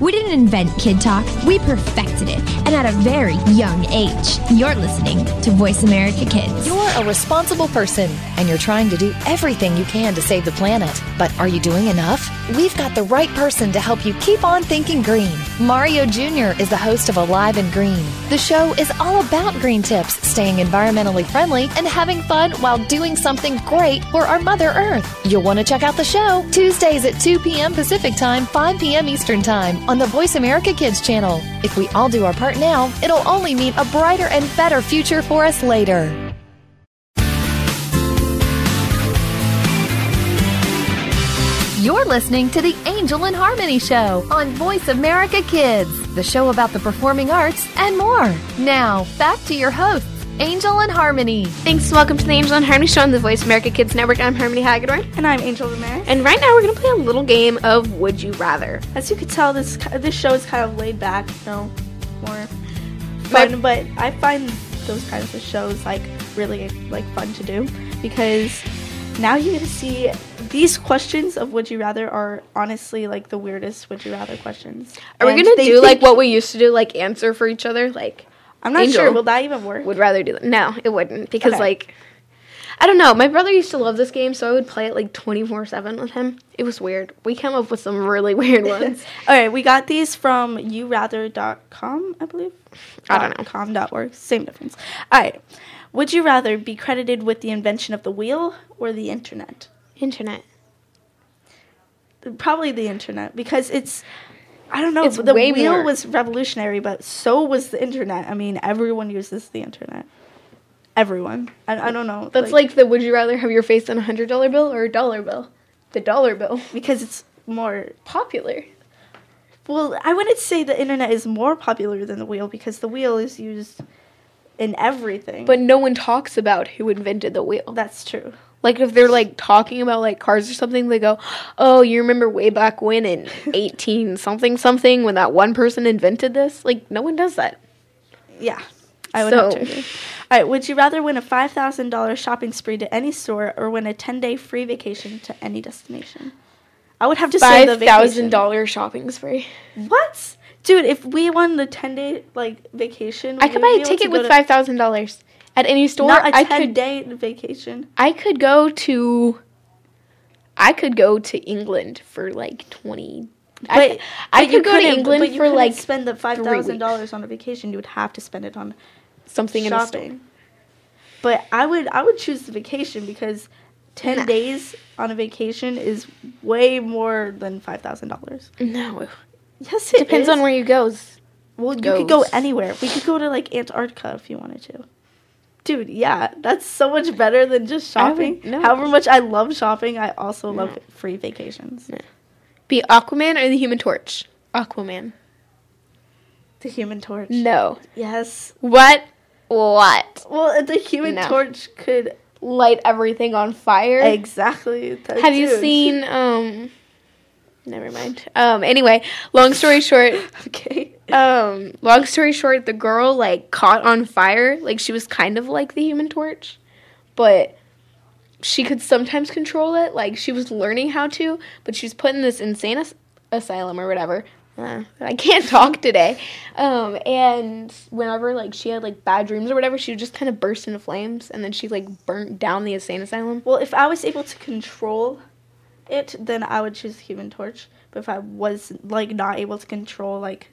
D: We didn't invent Kid Talk, we perfected it, and at a very young age. You're listening to Voice America Kids.
A: You're a responsible person and you're trying to do everything you can to save the planet. But are you doing enough? We've got the right person to help you keep on thinking green. Mario Jr. is the host of Alive and Green. The show is all about green tips, staying environmentally friendly, and having fun while doing something great for our Mother Earth. You'll want to check out the show Tuesdays at 2 p.m. Pacific Time, 5 p.m. Eastern Time on the Voice America Kids channel. If we all do our part now, it'll only mean a brighter and better future for us later. You're listening to the Angel in Harmony Show on Voice America Kids, the show about the performing arts and more. Now, back to your hosts, Angel and Harmony.
B: Thanks. Welcome to the Angel and Harmony Show on the Voice America Kids Network. I'm Harmony Hagedorn.
C: And I'm Angel Ramirez.
B: And right now we're going to play a little game of Would You Rather.
C: As you could tell, this ki- this show is kind of laid back, you know, more fun. But I find those kinds of shows like really like fun to do because now you get to see these questions of Would You Rather are honestly like the weirdest Would You Rather questions.
B: Are we
C: And
B: going to
C: they
B: do like
C: think-
B: what we used to do, like answer for each other? Like,
C: I'm not
B: Angel?
C: sure. Will that even work?
B: would rather do that. No, it wouldn't because
C: Okay.
B: like I don't know. My brother used to love this game, so I would play it like twenty four seven with him. It was weird. We came up with some really weird ones.
C: All right, we got these from yourather.com, I believe.
B: I don't know.
C: Dot .com, dot .org, same difference. All right. Would you rather be credited with the invention of the wheel or the internet?
B: Internet.
C: Probably the internet because it's I don't know,
B: It's
C: the
B: way
C: wheel
B: more-
C: was revolutionary, but so was the internet. I mean, everyone uses the internet. Everyone. I, I don't know.
B: That's like, the would you rather have your face on a hundred dollar bill or a dollar bill? The dollar bill.
C: because it's more
B: Popular.
C: Well, I wouldn't say the internet is more popular than the wheel because the wheel is used in everything.
B: But no one talks about who invented the wheel.
C: that's true.
B: Like if they're like talking about like cars or something, they go, "Oh, you remember way back when in eighteen something something when that one person invented this?" Like no one does that.
C: Yeah, I would have to
B: So-
C: agree. All right, would you rather win a five thousand dollar shopping spree to any store or win a ten day free vacation to any destination? I would have to say the
B: Five
C: vacation.
B: thousand dollar shopping spree.
C: What, dude? If we won the ten day like vacation,
B: I could buy a ticket with five thousand dollars at any store.
C: Not a
B: I
C: ten
B: could.
C: day vacation.
B: I could go to. I could go to England for like twenty. I,
C: But-
B: c- I
C: but you
B: could go to
C: couldn't-
B: England
C: but you
B: for
C: couldn't
B: like
C: spend the five thousand dollars on a vacation. You would have to spend it on
B: something in the store.
C: shopping. But I would I would choose the vacation because ten
B: Nah.
C: days on a vacation is way more than five thousand dollars.
B: No,
C: Yes, it
B: depends
C: is.
B: on where you goes.
C: well you could go
B: goes.
C: anywhere. We could go to like Antarctica if you wanted to. Dude, yeah, that's so much better than just
B: I would-
C: shopping.
B: no.
C: However much I love shopping, I also love free vacations.
B: Be Aquaman or the Human Torch. Aquaman.
C: The Human Torch.
B: No.
C: Yes.
B: What? What?
C: Well, the Human
B: No.
C: Torch could
B: Light everything on fire.
C: exactly. that,
B: Have you
C: dude.
B: seen? Um. Never mind. Um. Anyway, long story short.
C: Okay.
B: um long story short the girl like caught on fire like she was kind of like the human torch but she could sometimes control it like she was learning how to but she was put in this insane as- asylum or whatever Uh, i can't talk today um and whenever like she had like bad dreams or whatever she would just kind of burst into flames and then she like burnt down the insane asylum
C: Well, if I was able to control it, then I would choose the Human Torch. But if I was like not able to control like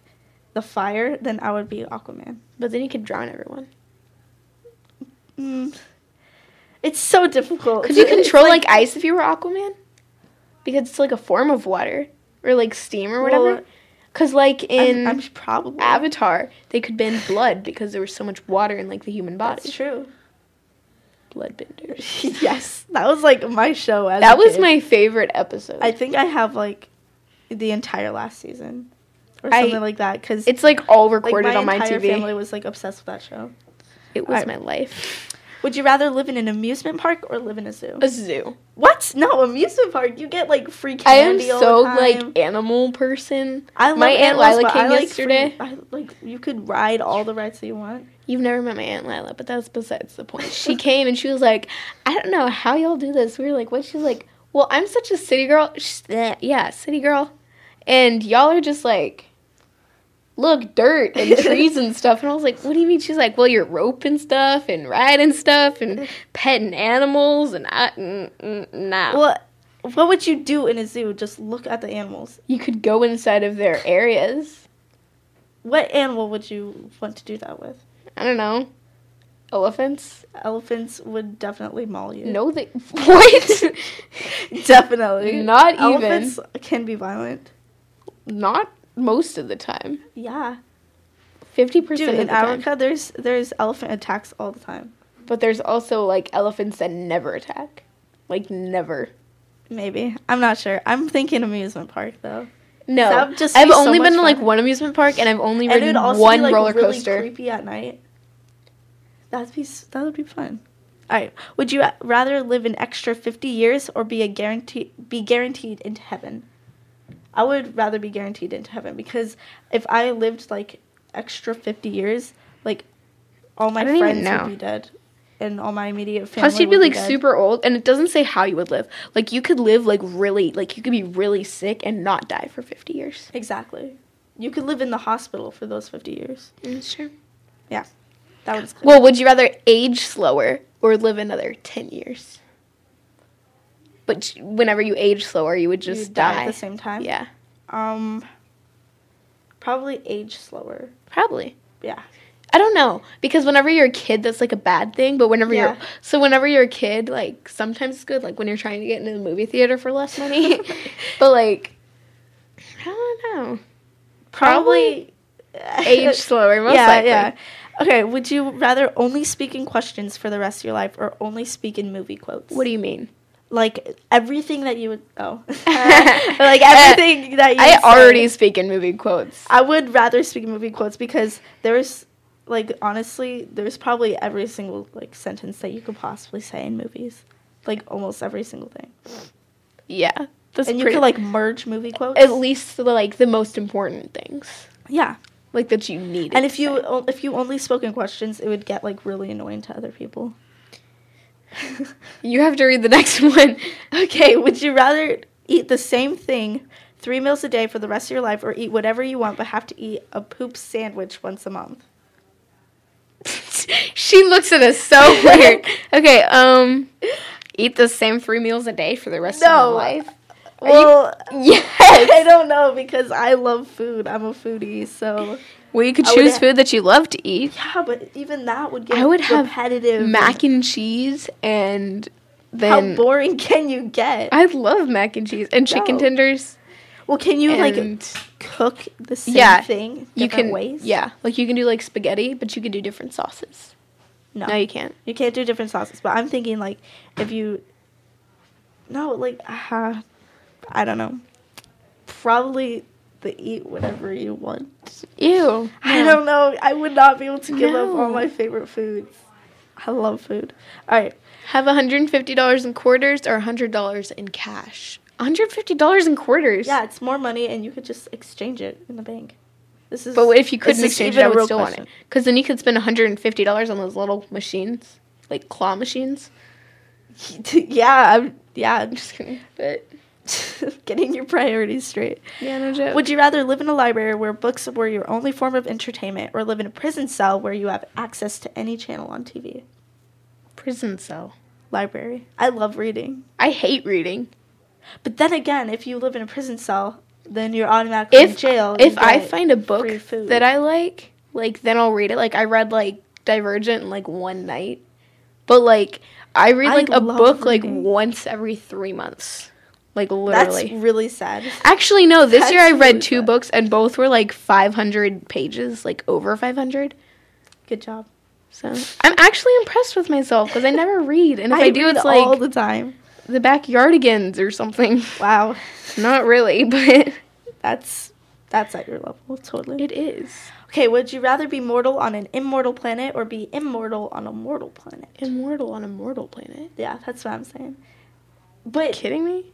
C: the fire, then I would be Aquaman.
B: but then you could drown everyone
C: Mm. It's so difficult.
B: Could you
C: It's
B: control
C: like-
B: like, ice if you were Aquaman? Because it's like a form of water or like steam or
C: Well,
B: whatever. Because like in
C: I'm, I'm probably
B: Avatar, they could bend blood because there was so much water in like the human body.
C: That's true.
B: Ledbender.
C: yes, that was like my show. As
B: That
C: a
B: was
C: kid.
B: my favorite episode.
C: I think I have like the entire last season or
B: I-
C: something like that because
B: it's like all
C: like,
B: recorded on my
C: entire
B: TV.
C: family was like obsessed with that show.
B: It was
C: I-
B: my life.
C: Would you rather live in an amusement park or live in a zoo?
B: A zoo.
C: what? No, amusement park. You get like free
B: I am
C: candy. all the
B: so
C: time.
B: like animal person.
C: I love
B: my aunt
C: animals,
B: Lila
C: but I
B: came
C: like
B: yesterday.
C: free- I, like you could ride all the rides that you want.
B: You've never met my aunt Lila, but that's besides the point. She came and she was like, I don't know how y'all do this. We were like, what? She's like, well, I'm such a city girl. She's, "Eh, yeah, city girl, and y'all are just like. Look, dirt and trees and stuff. And I was like, what do you mean? She's like, well, you're roping stuff and riding stuff and petting animals. And I, mm, mm, nah.
C: Well, what would you do in a zoo? Just look at the animals.
B: you could go inside of their areas.
C: What animal would you want to do that with?
B: I don't know. Elephants?
C: Elephants would definitely maul you.
B: No, they. What?
C: definitely.
B: Not even.
C: Elephants can be violent.
B: Not most of the time.
C: Yeah,
B: 50%
C: dude.
B: of
C: In
B: the time.
C: Africa, there's there's elephant attacks all the time.
B: But there's also, like, elephants that never attack. Like, never.
C: Maybe I'm not sure. I'm thinking amusement park though.
B: No.
C: That would just
B: I've
C: be so
B: only
C: much
B: been to, like,
C: fun.
B: one amusement park and I've only
C: And it
B: ridden
C: would also
B: one
C: be like
B: roller
C: really
B: coaster.
C: creepy at night. That'd be s- that would be fun. All right. Would you ra- rather live an extra fifty years or be a guarantee be guaranteed into heaven? I would rather be guaranteed into heaven because if I lived like extra fifty years, like all my
B: don't even
C: friends
B: know.
C: would be dead, and all my immediate family.
B: Plus, you'd be
C: would
B: like
C: dead.
B: super old, and it doesn't say how you would live. Like, you could live, like, really, like, you could be really sick and not die for 50 years.
C: Exactly. You could live in the hospital for those fifty years.
B: Mm, That's true.
C: Yeah, that was
B: Well, would you rather age slower or live another 10 years? But j- whenever you age slower, you would just
C: You
B: die.
C: at the same time.
B: Yeah,
C: Um, probably age slower.
B: probably.
C: Yeah.
B: I don't know because whenever you're a kid, that's like a bad thing. But whenever you're
C: Yeah.
B: so whenever you're a kid, like sometimes it's good. Like when you're trying to get into the movie theater for less money, but like I don't know. Probably Age slower, most
C: yeah,
B: likely.
C: yeah. Okay, would you rather only speak in questions for the rest of your life or only speak in movie quotes?
B: What do you mean?
C: like everything that you would oh. like everything that you
B: I
C: would say.
B: already speak in movie quotes.
C: I would rather speak in movie quotes because there's like honestly, there's probably every single like sentence that you could possibly say in movies. Like almost every single thing.
B: Yeah, that's
C: and you
B: pretty,
C: could like merge movie quotes.
B: at least the, like the most important things.
C: yeah.
B: like that you need.
C: And if you o- if you only spoke in questions, it would get like really annoying to other people.
B: you have to read the next one.
C: Okay, would you rather eat the same thing three meals a day for the rest of your life, or eat whatever you want but have to eat a poop sandwich once a month?
B: she looks at us so weird. Okay, um, eat the same three meals a day for the rest
C: No.
B: of your life. Are you-
C: Well, I
B: yes.
C: don't know because I love food. I'm a foodie, so
B: Well, you could
C: I would
B: choose
C: ha-
B: food that you love to eat.
C: yeah. But even that would get
B: I would have
C: repetitive. and
B: Mac and cheese, and
C: How
B: then
C: boring can you get?
B: I love mac and cheese and chicken
C: No.
B: tenders.
C: well, can you like
B: and
C: cook the same
B: Yeah,
C: thing different
B: you can
C: ways?
B: yeah, like you can do like spaghetti, but you can do different sauces.
C: No.
B: No, you can't.
C: You can't do different sauces, but I'm thinking like if you no like uh, I don't know. Probably the eat whatever you want.
B: Ew.
C: I don't know. I would not be able to give up all
B: No.
C: my favorite foods. I love food. All right,
B: Have $150 in quarters or $100 in cash? $150 in quarters.
C: yeah, it's more money, and you could just exchange it in the bank. This is
B: But if you couldn't
C: this is
B: exchange it,
C: even
B: I
C: a
B: would
C: real
B: still want it.
C: question.
B: Because then you could spend $150 on those little machines, like claw machines.
C: yeah, I'm, yeah, I'm
B: I'm just kidding. But
C: just getting your priorities straight.
B: yeah, no joke.
C: Would you rather live in a library where books were your only form of entertainment or live in a prison cell where you have access to any channel on TV?
B: prison cell.
C: Library. I love reading.
B: I hate reading.
C: But then again, if you live in a prison cell, then you're automatically in
B: If
C: jail. and
B: if
C: you
B: I
C: get
B: find a book
C: free food.
B: that I like, like then I'll read it. Like I read like Divergent in like one night, but like I read
C: I
B: like a
C: love
B: book
C: reading.
B: like once every three months, like
C: That's
B: literally.
C: really sad.
B: Actually, no. This
C: That's
B: year I
C: really
B: read two
C: bad.
B: books, and both were like 500 pages, like over 500.
C: Good job.
B: So I'm actually impressed with myself because I never read, and if I, do,
C: read
B: it's
C: all
B: like
C: the time.
B: the backyardigans or something.
C: Wow,
B: Not really, but
C: that's that's at your level totally.
B: it is
C: Okay, would you rather be mortal on an immortal planet or be immortal on a mortal planet?
B: immortal on a mortal planet.
C: Yeah, that's what I'm saying. But
B: Kidding me?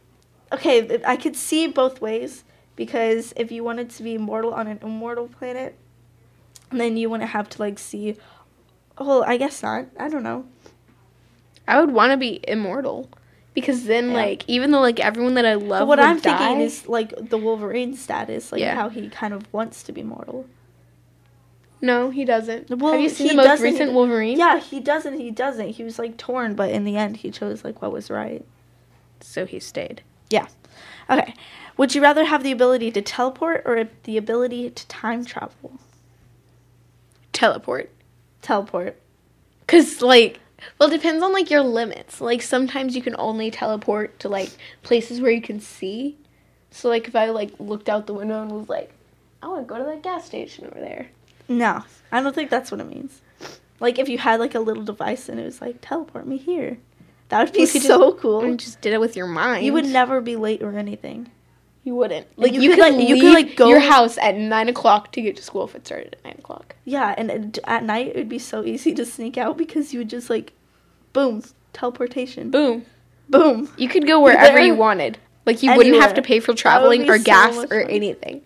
C: okay, th- I could see both ways because if you wanted to be immortal on an immortal planet, then you wouldn't have to like see. Well, I guess not. I don't know.
B: I would want to be immortal because then,
C: Yeah.
B: like, even though like everyone that I love,
C: But what
B: would
C: I'm
B: die-
C: thinking is like the Wolverine status, like
B: Yeah.
C: how he kind of wants to be mortal.
B: no, he doesn't.
C: Well,
B: Have you seen
C: he
B: the most
C: doesn't- e-
B: recent Wolverine?
C: Yeah, he doesn't. He doesn't. He was like torn, but in the end, he chose like what was right.
B: so he stayed.
C: Yeah. Okay. Would you rather have the ability to teleport or the ability to time travel?
B: Teleport.
C: Teleport.
B: Cause like, well, it depends on like your limits. Like sometimes you can only teleport to like places where you can see. So like if I like looked out the window and was like, I want to go to that gas station over there.
C: No, I don't think that's what it means. Like if you had like a little device and it was like teleport me here, that would be
B: You could
C: so
B: Or
C: cool.
B: you just did it with your mind.
C: You would never be late or anything.
B: You wouldn't. Like
C: you
B: you,
C: could,
B: could,
C: like-
B: leave
C: you could, like, go-
B: your house at nine o'clock to get to school if it started at nine o'clock.
C: Yeah, and at- at night it would be so easy to sneak out because you would just like, boom, teleportation.
B: Boom.
C: Boom.
B: You could go wherever
C: There.
B: you wanted. Like you wouldn't have
C: Anywhere.
B: to pay for
C: That would
B: traveling
C: be
B: or
C: so
B: gas
C: much
B: or
C: fun.
B: anything.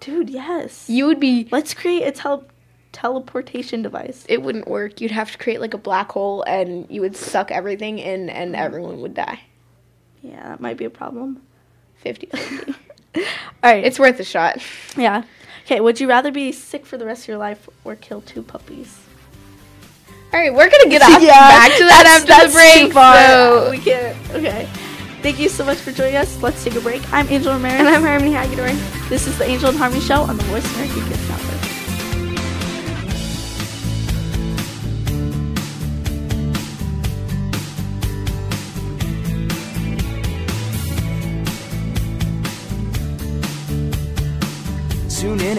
C: Dude, yes.
B: You would be.
C: Let's create a tel- teleportation device.
B: It wouldn't work. You'd have to create like a black hole, and you would suck everything in, and everyone would die.
C: Yeah, that might be a problem.
B: 50 50.
C: All right.
B: it's worth a shot.
C: yeah. Okay, would you rather be sick for the rest of your life or kill two puppies?
B: All right, we're going to get off
C: Yeah,
B: back to that after the break.
C: Too far.
B: so-
C: We can't. Okay. Thank you so much for joining us. Let's take a break. I'm Angel Romero.
B: and I'm Harmony Hagedorn.
C: This is the Angel and Harmony Show on the Voice America Kids Network.
F: Tune in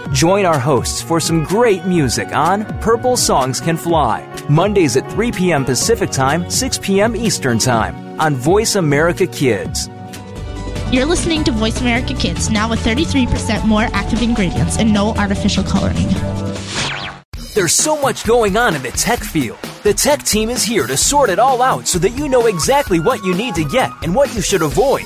F: Join our hosts for some great music on Purple Songs Can Fly, Mondays at 3 p.m. Pacific Time, 6 p.m. Eastern Time on Voice America Kids.
E: You're listening to Voice America Kids, now with 33% more active ingredients and no artificial coloring.
F: There's so much going on in the tech field. The tech team is here to sort it all out so that you know exactly what you need to get and what you should avoid.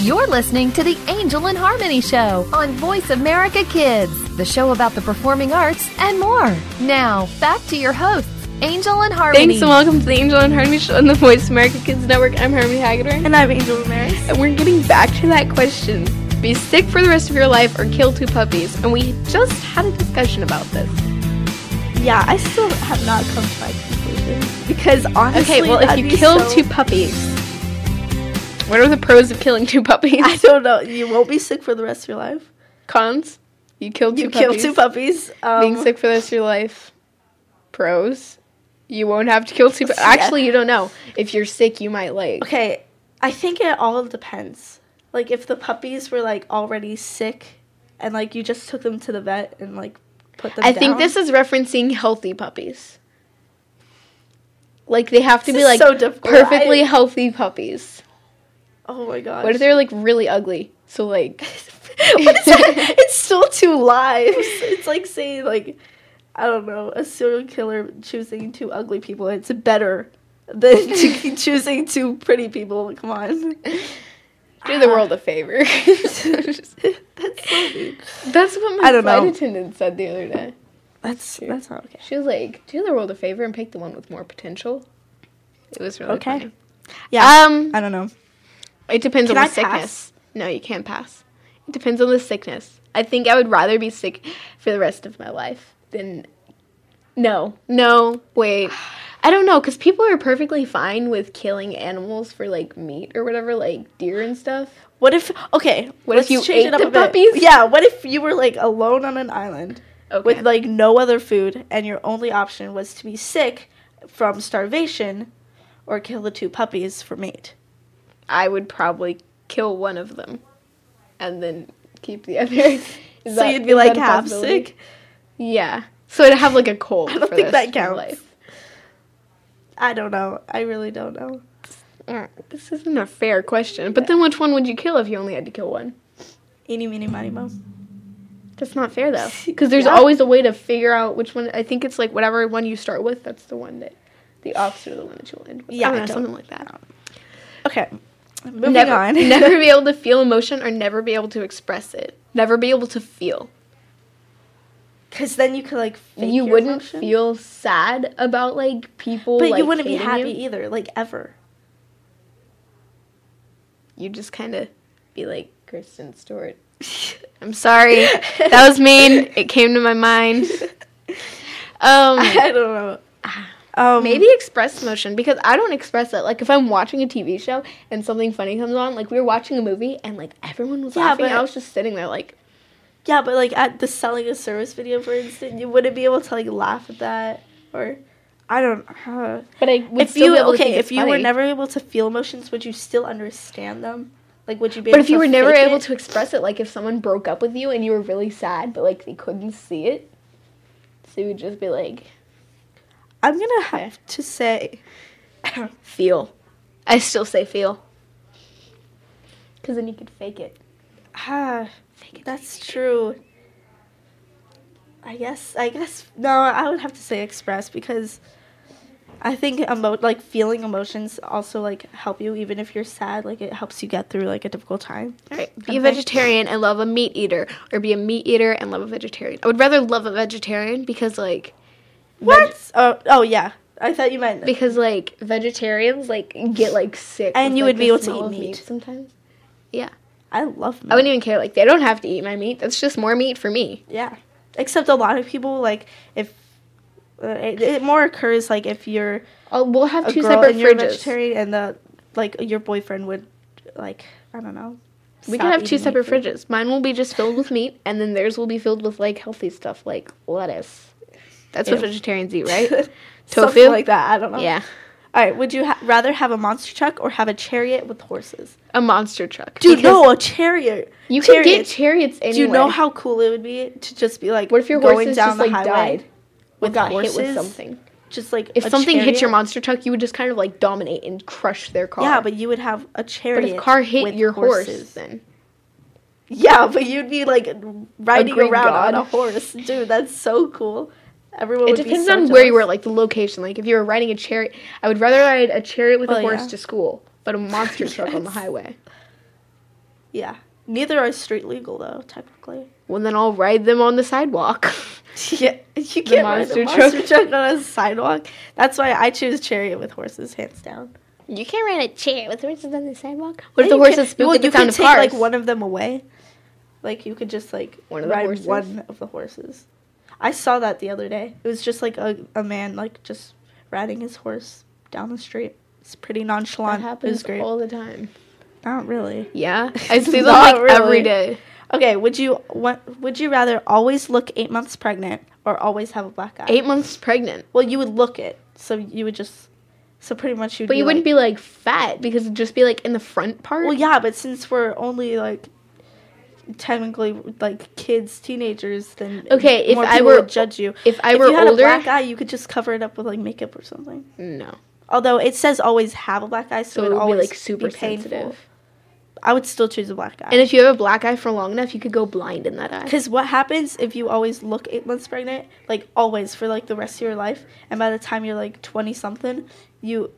A: You're listening to the Angel and Harmony Show on Voice America Kids, the show about the performing arts and more. Now, back to your hosts, Angel and Harmony.
B: Thanks and welcome to the Angel and Harmony Show on the Voice America Kids Network. I'm Harmony Hagedorn.
C: And I'm Angel Romero.
B: And we're getting back to that question. Be sick for the rest of your life or kill two puppies. And we just had a discussion about this.
C: Yeah, I still have not come to my conclusion because honestly,
B: Okay, well, if
C: that'd
B: you
C: be
B: kill
C: so-
B: two puppies, what are the pros of killing two puppies?
C: I don't know. You won't be sick for the rest of your life.
B: Cons? You kill two
C: You kill
B: puppies.
C: two puppies. Um,
B: Being sick for the rest of your life. Pros? You won't have to kill two. pu-
C: Yeah.
B: Actually, you don't know. If you're sick, you might like.
C: Okay, I think it all depends. Like if the puppies were like already sick, and like you just took them to the vet and like put them.
B: I think
C: down,
B: this is referencing healthy puppies. Like they have to
C: This
B: be
C: is
B: like
C: so difficult.
B: perfectly
C: I-
B: healthy puppies.
C: Oh my god.
B: What if they're like really ugly? So like
C: What is that? it's still two lives. It's like saying like I don't know a serial killer choosing two ugly people. It's better than to choosing two pretty people. Come on.
B: Do the world a favor. that's so That's what my
C: I don't
B: flight
C: know.
B: attendant said the other day.
C: That's that's not okay.
B: She was like, "Do the world a favor and pick the one with more potential." It was really
C: Okay.
B: funny.
C: Yeah.
B: Um,
C: I don't know.
B: it depends
C: Can
B: on
C: I
B: the sickness. No, you can't pass. It depends on the sickness. I think I would rather be sick for the rest of my life than no, no. Wait, I don't know because people are perfectly fine with killing animals for like meat or whatever, like deer and stuff.
C: What if okay?
B: What
C: let's
B: if you
C: change
B: ate
C: it up
B: the
C: a bit.
B: puppies?
C: Yeah. What if you were like alone on an island
B: Okay.
C: with like no other food, and your only option was to be sick from starvation, or kill the two puppies for meat?
B: I would probably kill one of them and then keep the other. Is
C: so
B: that-
C: you'd be
B: is
C: like
B: that a
C: half
B: possibility?
C: sick.
B: Yeah. So I'd have like a cold.
C: I don't
B: for
C: think
B: the rest
C: that
B: of my
C: counts.
B: life.
C: I don't know. I really don't know.
B: Mm, This isn't a fair question. But then which one would you kill if you only had to kill one?
C: Eeny, meeny, miny, mo.
B: That's not fair though. Because there's
C: Yeah.
B: always a way to figure out which one. I think it's like whatever one you start with, that's the one that. The opposite of the one that you'll end with.
C: Yeah,
B: I don't
C: I
B: know,
C: don't-
B: something like that.
C: Okay. Moving
B: never,
C: on.
B: never be able to feel emotion or never be able to express it. Never be able to feel.
C: Because then you could like fake
B: you
C: your
B: wouldn't
C: emotion.
B: feel sad about like people.
C: but you
B: like,
C: wouldn't be
B: hating
C: happy e-
B: You,
C: either, like ever.
B: You'd just kind of be like Kristen Stewart. I'm sorry, that was mean. It came to my mind. Um,
C: I don't know. Um,
B: Ah, maybe express emotion because I don't express it. Like if I'm watching a TV show and something funny comes on, like we were watching a movie and like everyone was
C: Yeah,
B: laughing,
C: but-
B: I was just sitting there like,
C: Yeah, but like at the selling a service video, for instance, you wouldn't be able to like laugh at that, or I don't. Uh,
B: but I would
C: if
B: still
C: you
B: be able to
C: okay,
B: think
C: if
B: it's
C: you were
B: funny.
C: never able to feel emotions, would you still understand them? Like, would you be?
B: But
C: able
B: if you
C: to
B: were never
C: fake
B: able
C: it?
B: to express it, like if someone broke up with you and you were really sad, but like they couldn't see it, so you would just be like,
C: I'm gonna have to say,
B: feel. I still say feel. Because then you could fake it.
C: ah, that's true. I guess. I guess no. I would have to say express because I think emo- like feeling emotions also like help you even if you're sad. Like it helps you get through like a difficult time.
B: All right. Be a vegetarian and love a meat eater, or be a meat eater and love a vegetarian. I would rather love a vegetarian because like
C: What? oh, oh yeah. I thought you meant
B: because like vegetarians like get like sick
C: And
B: with,
C: you
B: like,
C: would be
B: the
C: able to
B: smell
C: eat
B: of
C: meat.
B: sometimes. Yeah.
C: I love
B: I
C: meat.
B: wouldn't even care. Like they don't have to eat my meat. That's just more meat for me.
C: yeah. Except a lot of people like if uh, it, it more occurs like if you're
B: i Oh, we'll have
C: a
B: two
C: girl
B: separate
C: and you're a
B: fridges.
C: vegetarian and the like your boyfriend would like I don't know.
B: We
C: stop
B: can have two
C: eating meat
B: separate
C: for you.
B: fridges. Mine will be just filled with meat, and then theirs will be filled with like healthy stuff like lettuce. That's what
C: Ew.
B: vegetarians eat, right?
C: Something
B: Tofu.
C: like that. I don't know.
B: Yeah,
C: All right. Would you ha- rather have a monster truck or have a chariot with horses?
B: a monster truck.
C: Dude,
B: Because
C: no, a chariot.
B: you
C: chariot.
B: can get chariots anywhere.
C: Do you know how cool it would be to just be like
B: What if your
C: going
B: horses
C: down
B: just
C: the
B: like
C: highway
B: died or
C: with
B: got
C: horses?
B: hit with something?
C: Just like
B: If
C: a
B: something hit your
C: chariot?
B: monster truck, you would just kind of like dominate and crush their car.
C: Yeah, but you would have a
B: But if
C: chariot.
B: car hit
C: with
B: your horse,
C: horses.
B: then
C: Yeah, but you'd be like riding
B: green
C: around
B: god.
C: on a horse, dude. That's so cool. Everyone.
B: it
C: would
B: depends
C: be so
B: on where you were,
C: jealous.
B: like the location. Like if you were riding a chariot, I would rather ride a chariot with a
C: Well,
B: horse
C: yeah.
B: to school, but a monster truck on the
C: Yes.
B: highway.
C: Yeah. Neither are street legal though, technically.
B: Well, then I'll ride them on the sidewalk.
C: Yeah, you can't ride
B: monster
C: a monster truck on a sidewalk. That's why I choose chariot with horses, hands down.
B: You can't ride a chair with horses on the sidewalk. What if
C: Yeah,
B: the
C: you
B: horses
C: can-
B: spook
C: well,
B: at the
C: you
B: sound
C: could
B: of
C: take
B: cars?
C: like one of them away. Like you could just like
B: One of
C: one of
B: the
C: ride
B: horses?
C: one of the horses. I saw that the other day. It was just like a, a man like just riding his horse down the street. It's pretty
B: that
C: nonchalant. it
B: happens
C: was great.
B: all the time.
C: Not really.
B: Yeah, I see them
C: Not
B: like every
C: really.
B: day.
C: Okay, would you want would you rather always look 8 months pregnant or always have a black eye?
B: Eight months pregnant,
C: Well, you would look it. So you would just so pretty much you'd
B: but
C: be
B: you wouldn't
C: like-
B: be like fat because it'd just be like in the front part.
C: Well, yeah, but since we're only like technically like kids, teenagers, then
B: Okay, if
C: more
B: I
C: people
B: were-
C: would judge you.
B: if I were
C: you had
B: older-
C: a black eye, you could just cover it up with like makeup or something.
B: no,
C: Although it says always have a black eye, so,
B: so it
C: it
B: would
C: always
B: be like super
C: painful.
B: sensitive.
C: I would still choose a black
B: And
C: eye.
B: if you have a black eye for long enough, you could go blind in that eye.
C: Because what happens if you always look eight months pregnant, like always for like the rest of your life, and by the time you're like twenty something, you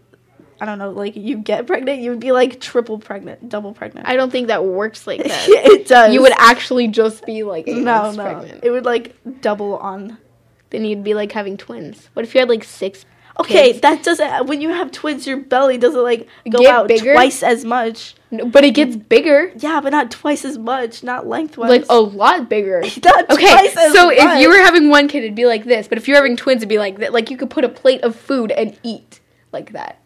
C: I don't know, like you get pregnant, you would be like triple pregnant, double pregnant.
B: I don't think that works like that.
C: it does.
B: you would actually just be like eight
C: no,
B: months
C: no.
B: pregnant.
C: It would like double on.
B: then you'd be like having twins. What if you had like six?
C: Okay,
B: kids?
C: that doesn't. uh, When you have twins, your belly doesn't like go
B: Get
C: out
B: bigger?
C: twice as much.
B: No, but it gets bigger,
C: Yeah, but not twice as much, not lengthwise.
B: like a lot bigger.
C: not
B: Okay,
C: twice as
B: so if you were
C: much.
B: having one kid, it'd be like this. But if you're having twins, it'd be like that. Like you could put a plate of food and eat like that.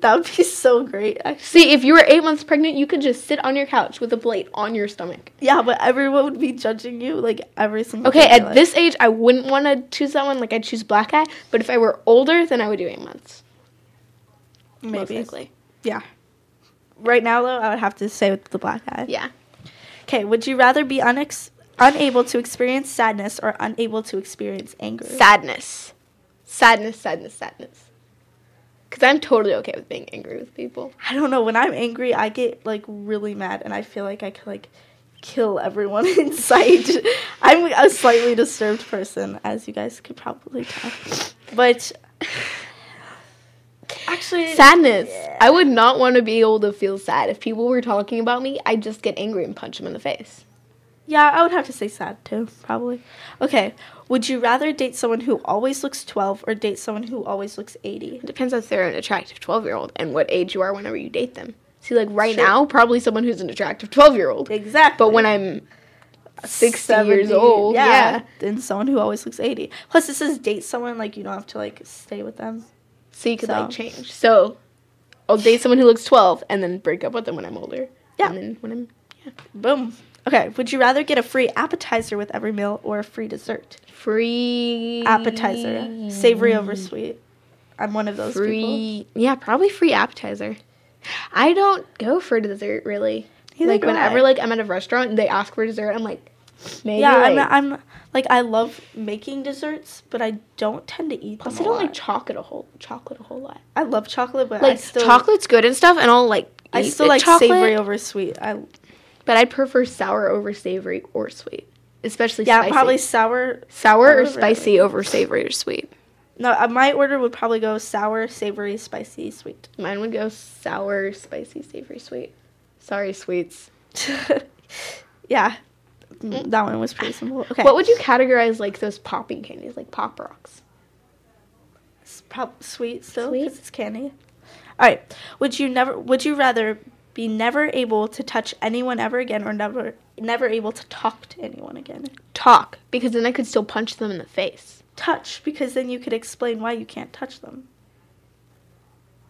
C: that would be so great. Actually.
B: See, if you were eight months pregnant, you could just sit on your couch with a plate on your stomach.
C: Yeah, but everyone would be judging you like every single.
B: Okay,
C: day of your
B: at
C: life.
B: this age, I wouldn't want to choose that one. Like I'd choose black eye. But if I were older, then I would do eight months. Most
C: maybe.
B: likely.
C: Yeah. Right now, though, I would have to say with the black eye.
B: Yeah.
C: Okay, would you rather be unex- unable to experience sadness or unable to experience anger?
B: sadness. Sadness, sadness, sadness. Because I'm totally okay with being angry with people.
C: I don't know. When I'm angry, I get like really mad, and I feel like I could like kill everyone in sight. I'm a slightly disturbed person, as you guys could probably tell. But actually,
B: Sadness. I would not want to be able to feel sad. If people were talking about me, I'd just get angry and punch them in the face.
C: Yeah, I would have to say sad too, probably. Okay, would you rather date someone who always looks 12 or date someone who always looks 80?
B: It depends if they're an attractive 12 year old and what age you are whenever you date them. See, like right now, probably someone who's an attractive 12 year old.
C: Exactly.
B: But when I'm 60 years
C: 70,
B: old, yeah.
C: Then someone who always looks 80. Plus, this is date someone, like, you don't have to, like, stay with them.
B: So you could like
C: So.
B: change. So I'll date someone who looks 12 and then break up with them when I'm older.
C: Yeah.
B: And then when I'm
C: Boom. Okay, would you rather get a free appetizer with every meal or a free dessert?
B: free.
C: Appetizer. Savory over sweet. I'm one of those people.
B: Mm. free yeah probably free appetizer i don't go for dessert really
C: Neither
B: like
C: do
B: whenever
C: I.
B: like i'm at a restaurant and they ask for dessert i'm like maybe
C: Yeah,
B: like,
C: I'm, I'm, like, I love making desserts, but I don't tend to eat
B: plus i
C: them a
B: don't
C: lot.
B: like chocolate a whole chocolate a whole lot
C: I love chocolate, but I
B: like
C: still
B: chocolate's good and stuff and i'll like
C: I
B: eat
C: still
B: it-
C: like
B: chocolate,
C: savory over sweet. I
B: but i'd prefer sour over savory or sweet especially
C: yeah,
B: spicy.
C: probably sour.
B: sour or
C: Over-
B: spicy over savory or sweet
C: No, uh, my order would probably go sour, savory, spicy, sweet.
B: mine would go sour spicy savory sweet sorry sweets
C: yeah, Mm, that one was pretty simple. Okay,
B: what would you categorize like those popping candies like pop rocks
C: it's prob- sweet still
B: Sweet?
C: because it's candy. All right, would you never? Would you rather be never able to touch anyone ever again, or never never able to talk to anyone again?
B: talk because then I could still punch them in the face.
C: Touch because then you could explain why you can't touch them.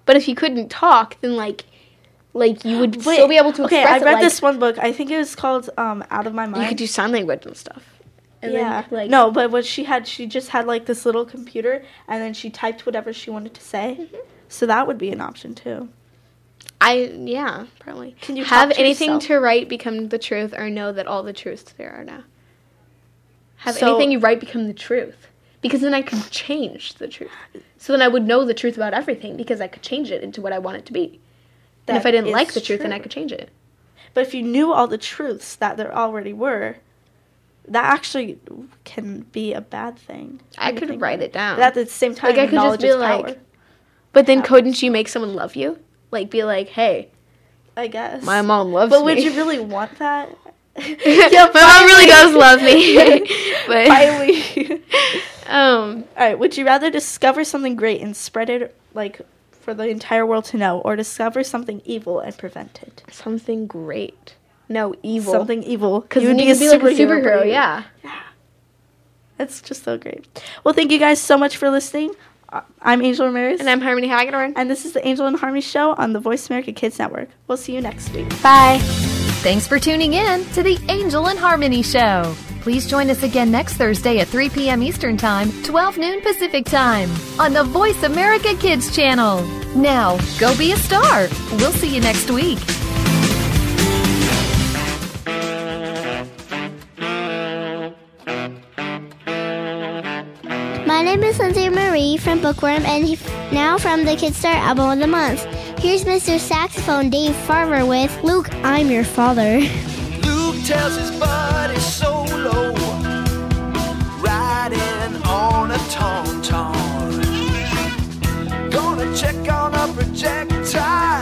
B: But if you couldn't talk, then like, like you would
C: Wait,
B: still be able to.
C: Okay,
B: express
C: I
B: it,
C: read
B: like,
C: this one book. I think it was called um, "Out of My Mind."
B: You could do sign language and stuff. And then,
C: yeah.
B: like
C: no, but what she had, she just had like this little computer, and then she typed whatever she wanted to say.
B: Mm-hmm.
C: So that would be an option too.
B: I yeah probably.
C: Can you
B: have
C: talk to
B: anything
C: yourself?
B: to write become the truth, or know that all the truths there are now? Have
C: So-
B: anything you write become the truth, because then I could change the truth. So then I would know the truth about everything because I could change it into what I want it to be. And if
C: That
B: I didn't
C: is
B: like the truth, then I
C: true.
B: could change it.
C: But if you knew all the truths that there already were, that actually can be a bad thing.
B: I could write it down.
C: But at the same time,
B: Like, I could just
C: knowledge
B: be
C: is
B: like-
C: power.
B: But then couldn't you make someone love you? Like be like, hey,
C: I guess.
B: my mom loves
C: But
B: me.
C: would you really want that?
B: yeah, my mom really does love me. but
C: Finally.
B: um,
C: All right. Would you rather discover something great and spread it like for the entire world to know, or discover something evil and prevent it?
B: something great. No evil.
C: Something evil.
B: because
C: You
B: you
C: would
B: need to be like a superhero.
C: but you-
B: Yeah.
C: That's just so great. Well, thank you guys so much for listening. Uh, I'm Angel Ramirez.
B: And I'm Harmony Hagedorn.
C: and this is the Angel and Harmony Show on the Voice America Kids Network. We'll see you next week.
B: Bye.
A: Thanks for tuning in to the Angel and Harmony Show. Please join us again next Thursday at 3 p.m. Eastern Time, 12 noon Pacific Time on the Voice America Kids channel. Now, go be a star. We'll see you next week.
G: My name is Lindsay Marie from Bookworm and he- now from the Kidstar Album of the Month. Here's Mr. Saxophone Dave Farmer with Luke, I'm your father.
H: Luke tells his buddy solo, riding on a tauntaun. Gonna check on a projector time.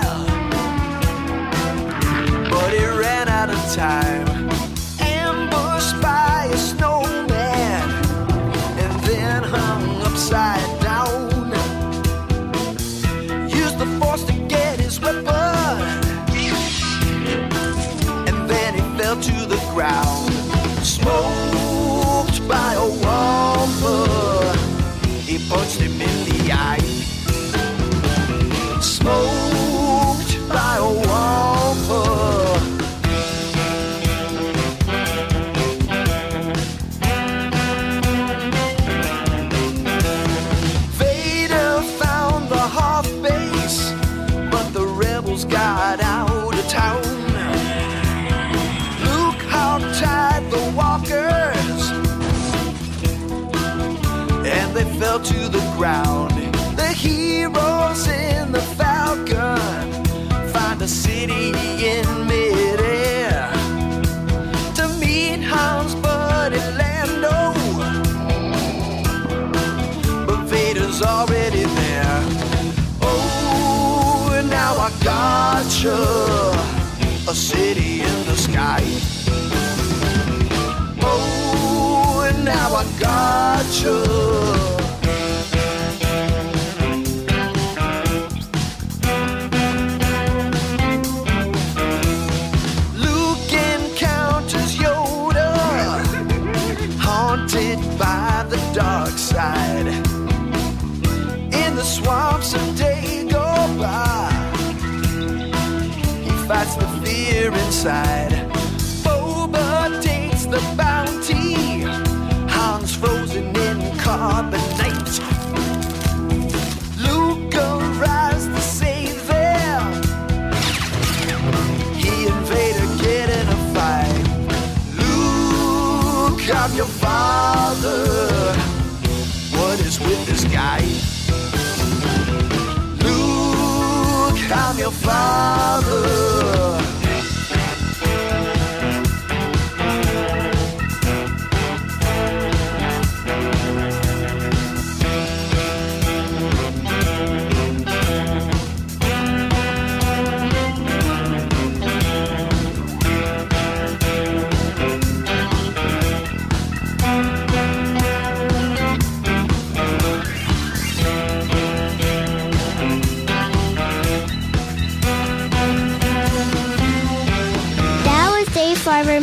H: Ambushed by a snowman and then hung upside down. Used the force to get his weapon and then he fell to the ground. Smoked by a whopper, he punched him in the eye. Smoked by a whopper. Vader found the half base, but the rebels got out of town. Luke hogtied the walkers, and they fell to the ground. The heroes in the Falcon find a city in midair to meet Hans Buddy Lando but Vader's already there. Oh, and now I gotcha, a city in the sky. Oh, and now I gotcha. Luke encounters Yoda, haunted by the dark side. In the swamps of Dagobah, he fights the fear inside. Boba takes the bounty, Han's frozen in carbonite. Luke arrives to save them. He and Vader get in a fight. Luke, I'm your father. What is with this guy? Luke, I'm your father.
G: That was Dave Farber,